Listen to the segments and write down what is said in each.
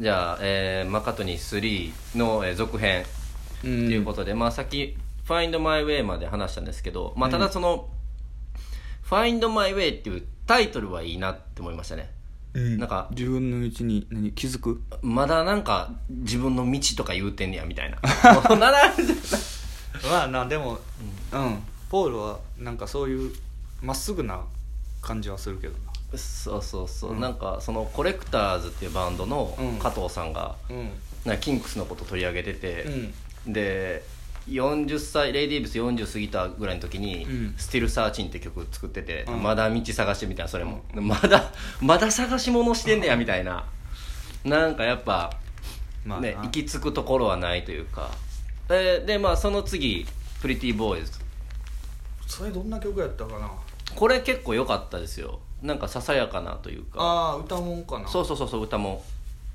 じゃあ、えーマカトニー3の、えー続編とていいうことで、まあさっき「Find My Way」まで話したんですけど、まあ、ただその「Find My Way」っていうタイトルはいいなって思いましたねうん、なんか自分のうちに何気づくまだなんか自分の道とか言うてんねやみたい なもうならんまあなでもうん、ポールはなんかそういうまっすぐな感じはするけどなそうそうそう、うんなんかそのコレクターズっていうバンドのうん加藤さんが、うんなんかキンクスのこと取り上げてて、うんで40歳レイ・ディーブス40過ぎたぐらいの時にうん「スティル・サーチン」って曲作ってて、うんまだ道探してみたいなそれも、まだまだ探し物してんねやみたいな、なんかやっぱ、まあねな行き着くところはないというか、えーでまあその次「プリティ・ボーイズ」それどんな曲やったかなこれ結構良かったですよなんかささやかなというかああ歌もんかなそうそうそうそう歌も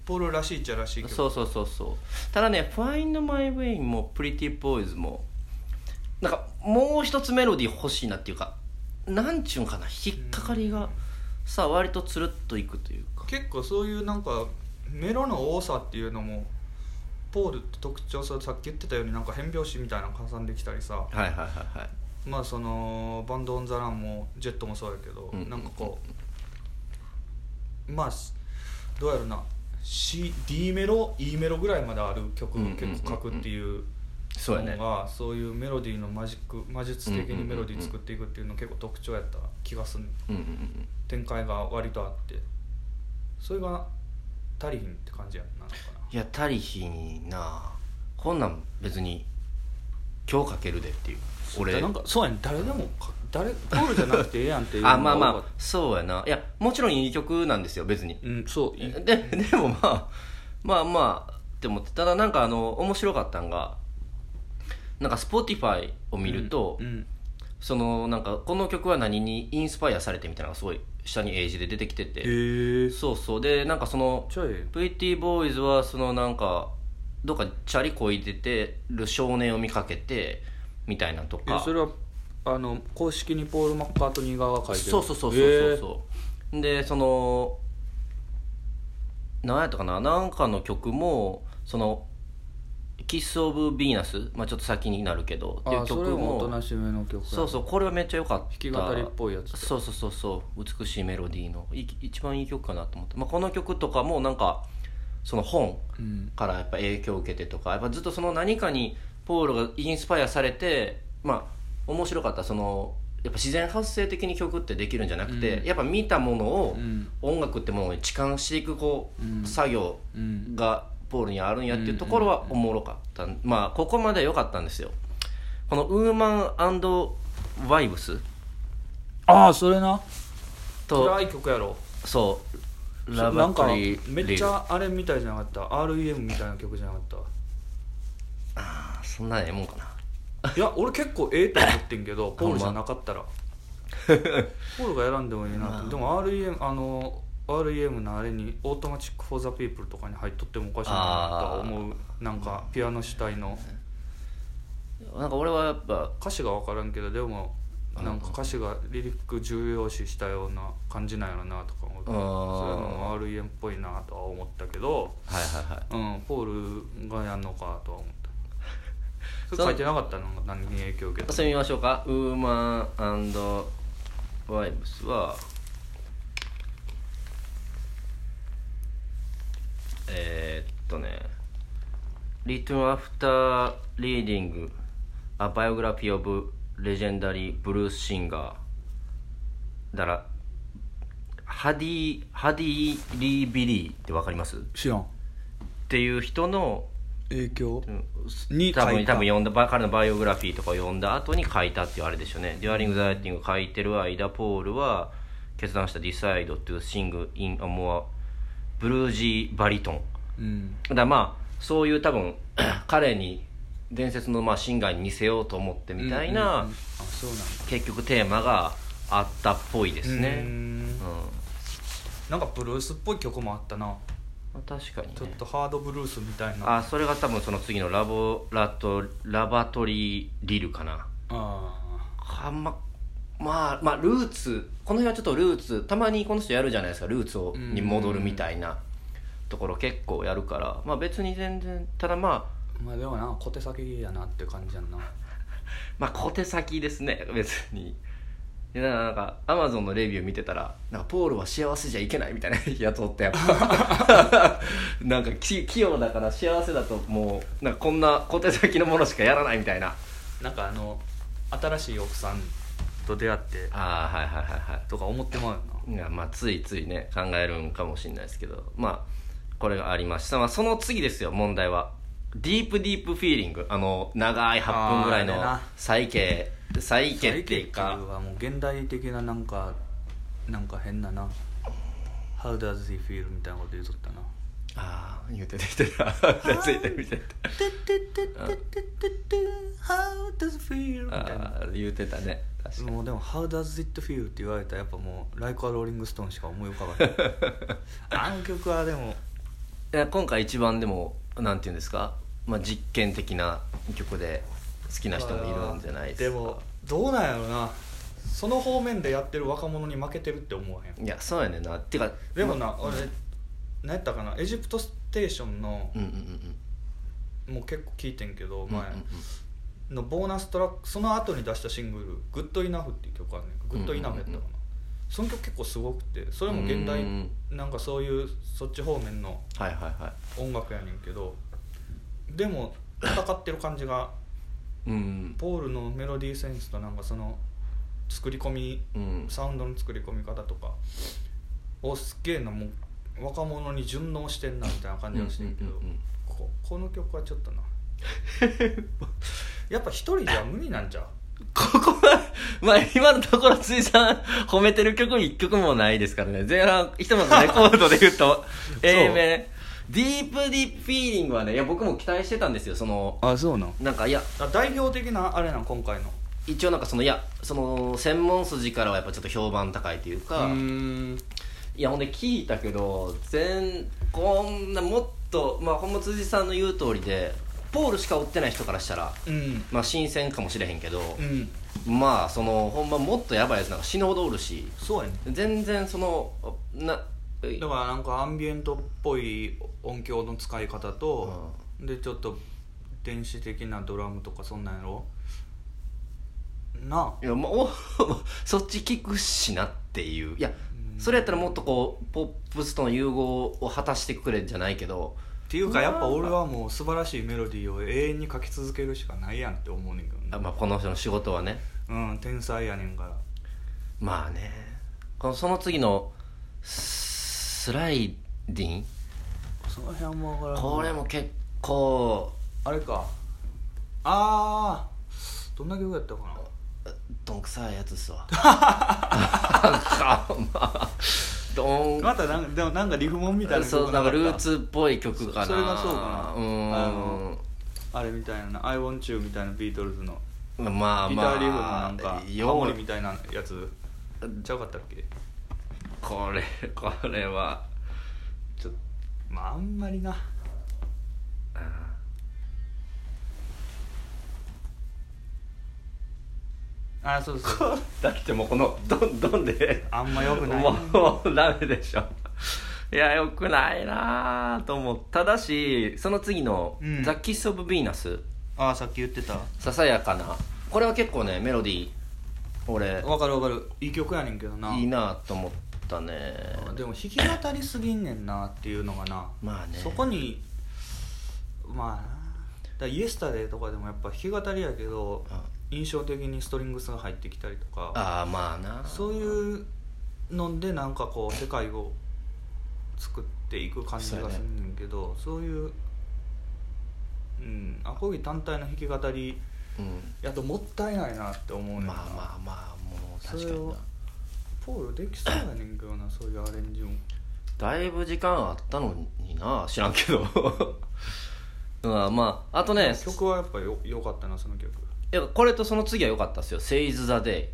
ポールらしいっちゃらしいけどそうそうそうそうただね「Find My Way」も「Pretty Boys」もなんかもう一つメロディー欲しいなっていうかなんちゅうんかな引っかかりがさ割とつるっといくというか結構そういうなんかメロの多さっていうのもポールって特徴ささっき言ってたようになんか変拍子みたいなの挟んできたりさはいはいはいはいまあそのバンド・オン・ザ・ランもジェットもそうやけど、うんなんかこうまあしどうやろな、C、D メロ E メロぐらいまである曲を結構書くっていうそうやのねがそういうメロディーのマジック魔術的にメロディー作っていくっていうの結構特徴やった気がするうんうんうん展開が割とあってそれが足りひんって感じやなのかないや足りひんなこんなん別に今日かけるでっていう俺なんかそうやね誰でもか誰ポールじゃなくてええやんっていうの があまあ多かまっあそうやないやもちろんいい曲なんですよ別にたうんそういいで でもまあまあまあって思ってただなんかあの面白かったんがなんか Spotify を見ると、うんそのなんかこの曲は何にインスパイアされてみたいなのがすごい下に英字で出てきててへえそうそうでなんかそのちょい VT ボーイズはそのなんかどっかチャリこいでてる少年を見かけてみたいなとえかそれはあの公式にポール・マッカートニー側が書いてるそうそうそうそうへそうえそうでその何やったかななんかの曲もその「キス・オブ・ヴィーナス」まあちょっと先になるけどっていあうそれ曲もおともなしめの曲やそうそうこれはめっちゃ良かった弾き語りっぽいやつだそうそうそうそう美しいメロディーのいい一番いい曲かなと思って、まあ、この曲とかもなんかその本うんからやっぱ影響を受けてとかやっぱずっとその何かにポールがインスパイアされてまあ面白かったそのやっぱ自然発生的に曲ってできるんじゃなくて、うんやっぱ見たものうをん音楽ってものに痴漢していくこう、うん作業うんがポールにあるんやっていうところはおもろかった、まあここまでは良かったんですよこのウーマンワイブスああそれなと暗い曲やろそうそラうブなんかアクリめルっちゃあれみたいじゃなかった REM みたいな曲じゃなかっあーそんなええもんかなたいや俺結構ええと思ってんけ どポールじゃなかったらポールが選んでもいいなってでも REM あの REM のあれに「オートマチック・フォー・ザ・ピープル」とかに入っとってもおかしくないなとは思うなんかピアノ主体のなんか俺はやっぱ歌詞が分からんけどでもなんか歌詞がリリック重要視したような感じなんやろなとか思うけどそういうのあも REM っぽいなとは思ったけどあはいはいはいうん、ポールがやんのかとは思っそた それう書いてなかったのが何に影響を受けたそれ見ましょうかウーマンワイブスはえー、っとね「Written after reading a biography of legendary blues singer」だからハディ・ハディ・リー・ビリーってわかりますっ知らんていう人の影響にに多書い分た多分読んだば彼のバイオグラフィーとかを読んだ後に書いたっていうあれでしょうね「デュアリング・ザ・ライティング」書いてる間ポールは決断した「Decide to sing in a more bluesy baritone うん」だからまあそういう多分 彼に伝説のまあシンガーに似せようと思ってみたいな、うんうんうんあそうなんだ結局テーマがあったっぽいですねううん、んなんかブルースっぽい曲もあったなまあ確かに、ね、ちょっとハードブルースみたいなああそれが多分その次のラボラトラバトリー・リルかなああんままあまあルーツこの辺はちょっとルーツたまにこの人やるじゃないですかルーツをうんに戻るみたいなところ結構やるからまあ別に全然ただまあまあでもな小手先やなって感じやんなまあ小手先ですね別にでなんかアマゾンのレビュー見てたらなんかポールは幸せじゃいけないみたいな やつおってやっ ぱなんかき器用だから幸せだともうなんかこんな小手先のものしかやらないみたいななんかあの新しい奥さんと出会ってああはいはいはいはいとか思ってまうよいやまあついついね考えるんかもしれないですけどまあこれがありました、まあ、その次ですよ問題はディープディープフィーリングあの長い8分ぐらいあーあれのな再起再な起っていうか最近はもう現代的ななんかなんか変なな「How does he feel?」みたいなこと言うとったなああ言うててきてた ついてみたい「てってってってってってって How does it feel?」みなたいなああ言うてたね確かにもうでも「How does it feel?」って言われたらやっぱもう「Like a Rolling Stone」しか思い浮かばないあの曲はでも いや今回一番でもなんていうんですか、まあ、実験的な曲で好きな人もいるんじゃないですかでもどうなんやろなその方面でやってる若者に負けてるって思わへんいやそうやねんなってかでもな、俺何やったかなエジプトステーションのうんうんうんもう結構聞いてんけどうんうん前のボーナストラックその後に出したシングル「グッドイナフっていう曲あるねんグッドイナフやったかな、うんうんうんその曲結構すごくてそれも現代うんなんかそういうそっち方面のはいはいは音楽やねんけどでも戦ってる感じがいうんポールのメロディーセンスとなんかその作り込みうんサウンドの作り込み方とかをすっげえなもう若者に順応してんなみたいな感じがしてるけど、うんうんうんうんここの曲はちょっ となやっぱ一人じゃ無理なんじゃう ここは、まあ今のところ辻さん褒めてる曲一曲もないですからね。前半、ひとまずレコードで言う と、A 面。ディープディープフィーリングはね、いや僕も期待してたんですよ。その、あそうなんなんかいや、代表的なあれなん今回の一応なんかその、いや、その、専門筋からはやっぱちょっと評判高いというか、んいやほんで聞いたけど全こんなもっとまあほんま辻さんの言う通りでポールしか売ってない人からしたらうんまあ新鮮かもしれへんけど、うんまあそのほんまもっとやばいやつなんか死ぬほどおるしそうやね全然そのなえだからなんかアンビエントっぽい音響の使い方と、でちょっと電子的なドラムとかそんなんやろなあいやまあお そっち聞くしなっていういやそれやったらもっとこうポップスとの融合を果たしてくれじゃないけどっていうかやっぱ俺はもう素晴らしいメロディーを永遠に書き続けるしかないやんって思うねんけどねあ、まあ、この人の仕事はねうん天才やねんからまあねこのその次のススライディンその辺も分からんこれも結構あれかああどんな曲やったかなどんくさいやつっすわなんかまあどんまたなんかでもなんかリフモンみたいな曲そうなんかったルーツっぽい曲かなそそれがそうかなうーんあのあれみたいな「I want you」みたいなビートルズのまあギタまあーリフのなんかハモよリみたいなやつちゃうかったっけこれこれはちょっとまああんまりなあそうそうそう だってもうこのどんどんであんまよくないも うダメでしょいやよくないなぁと思うただしその次のう「んザ・キス・オブ・ヴィーナス」ああさっき言ってたささやかなこれは結構ねメロディー俺わかるわかるいい曲やねんけどないいなぁと思ったねでも弾き語りすぎんねんなっていうのがなまあねそこにまあなだからイエスタデーとかでもやっぱ弾き語りやけどあ印象的にストリングスが入ってきたりとかああまあなそういうのでなんかこう世界を作っていく感じがするんねんけどそう,、いううんアコギ単体の弾き語りうんやともったいないなって思うねんな、まあまあまあもう確そかれにをなポールできそうやねんけどなそういうアレンジもだいぶ時間あったのになぁ知らんけど うんまああとね曲はやっぱよ良かったなそのい曲やこれとその次は良かったですよ「セイズ・ザ・デイ」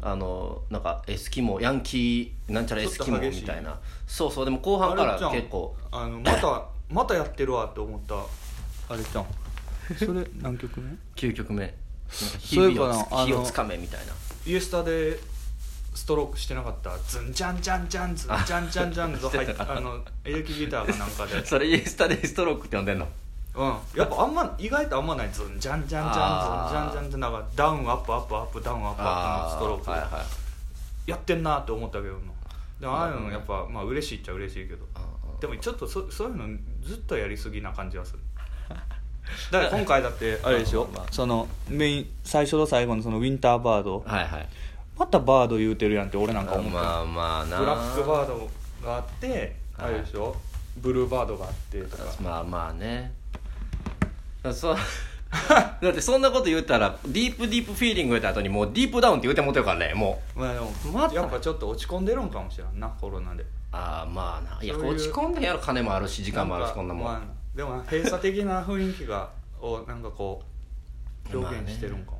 あのなんかエスキモヤンキーなんちゃらエスキモちょっと激しいみたいなそうそうでも後半かあれじらゃん結構あのまたまたやってるわって思ったあれじゃんそれ何曲目9曲目なんかそうい日うか々なをつあの火をつかめみたいなイエスタでストロークしてなかったズンチャンチャンチャンズンチャンチャンチャンズあ入してったあのエレキギターかなんかでうんそれインスタでストロークって呼んでんのやっぱあんま意外とあんまないズンチャンチャンチャンズンチャンチャンってなんかダウンアップアップアップダウンアップアップのストロはいークはいやってんなって思ったけどもでもああいうのやっぱまあ嬉しいっちゃ嬉しいけどでもちょっとそそういうのずっとやりすぎな感じはするだから今回だってあれでしょまあまあそのメイン最初と最後のそのウィンターバードはいはいまたバード言うてるやんって俺なんか思ってまあまあなブラックバードドがあってはあいれでしょブルーバードがあってとかまあまあねだそう だってそんなこと言ったらディープディープフィーリング言った後にもうディープダウンって言うてもうてるからねもうまあでもまたやっぱちょっと落ち込んでるんかもしれんなコロナでああまあないやそういう落ち込んでんやろ金もあるし時間もあるしこんなもまんあでも閉鎖的な雰囲気がをなんかこう表現してるんかも、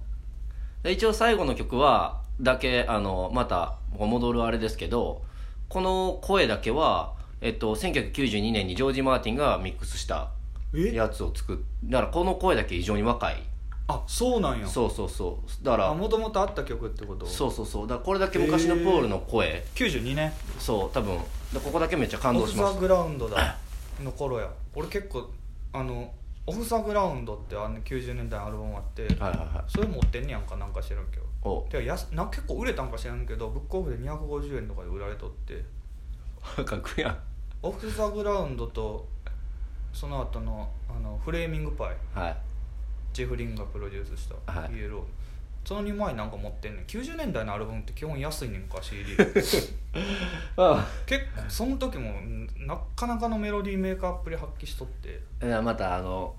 で一応最後の曲はだけあのまた戻るあれですけどこの声だけは、えっと、1992年にジョージ・マーティンがミックスしたえやつを作っだからこの声だけ異常に若いあそうなんやそうそうそうだかあらもともとあった曲ってことそうそうそうだからこれだけ昔のプールの声、 92年そう多分だここだけめっちゃ感オ動フ・しまザ・すグラウンドだの頃や俺結構あのオフ・ザ・グラウンドってあの90年代のアルバムあってはいはいはいそれ持ってんねやんかなんか知らんけどおてかやすな結構売れたんか知らんけどブックオフで250円とかで売られとって かっこいいやんオフ・ザ・グラウンドとその後のあのフレーミングパイはいジェフ・リンがプロデュースしたはいイエロー、その2枚なんか持ってんねん90年代のアルバムって基本安いねんか CD 結あ構その時もんなかなかのメロディーメーカーっぷり発揮しとってあまたあの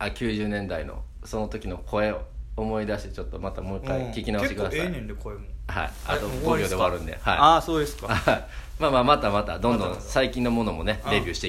あ90年代のその時の声を思い出してちょっとまたもう一回聞き直してください、うん結構ええねんで声もはい、あとえ5もう秒で終わるんで、はい、ああそうです かはいまあまあまたまたどんどまたまんた最近のものもねうんレビューして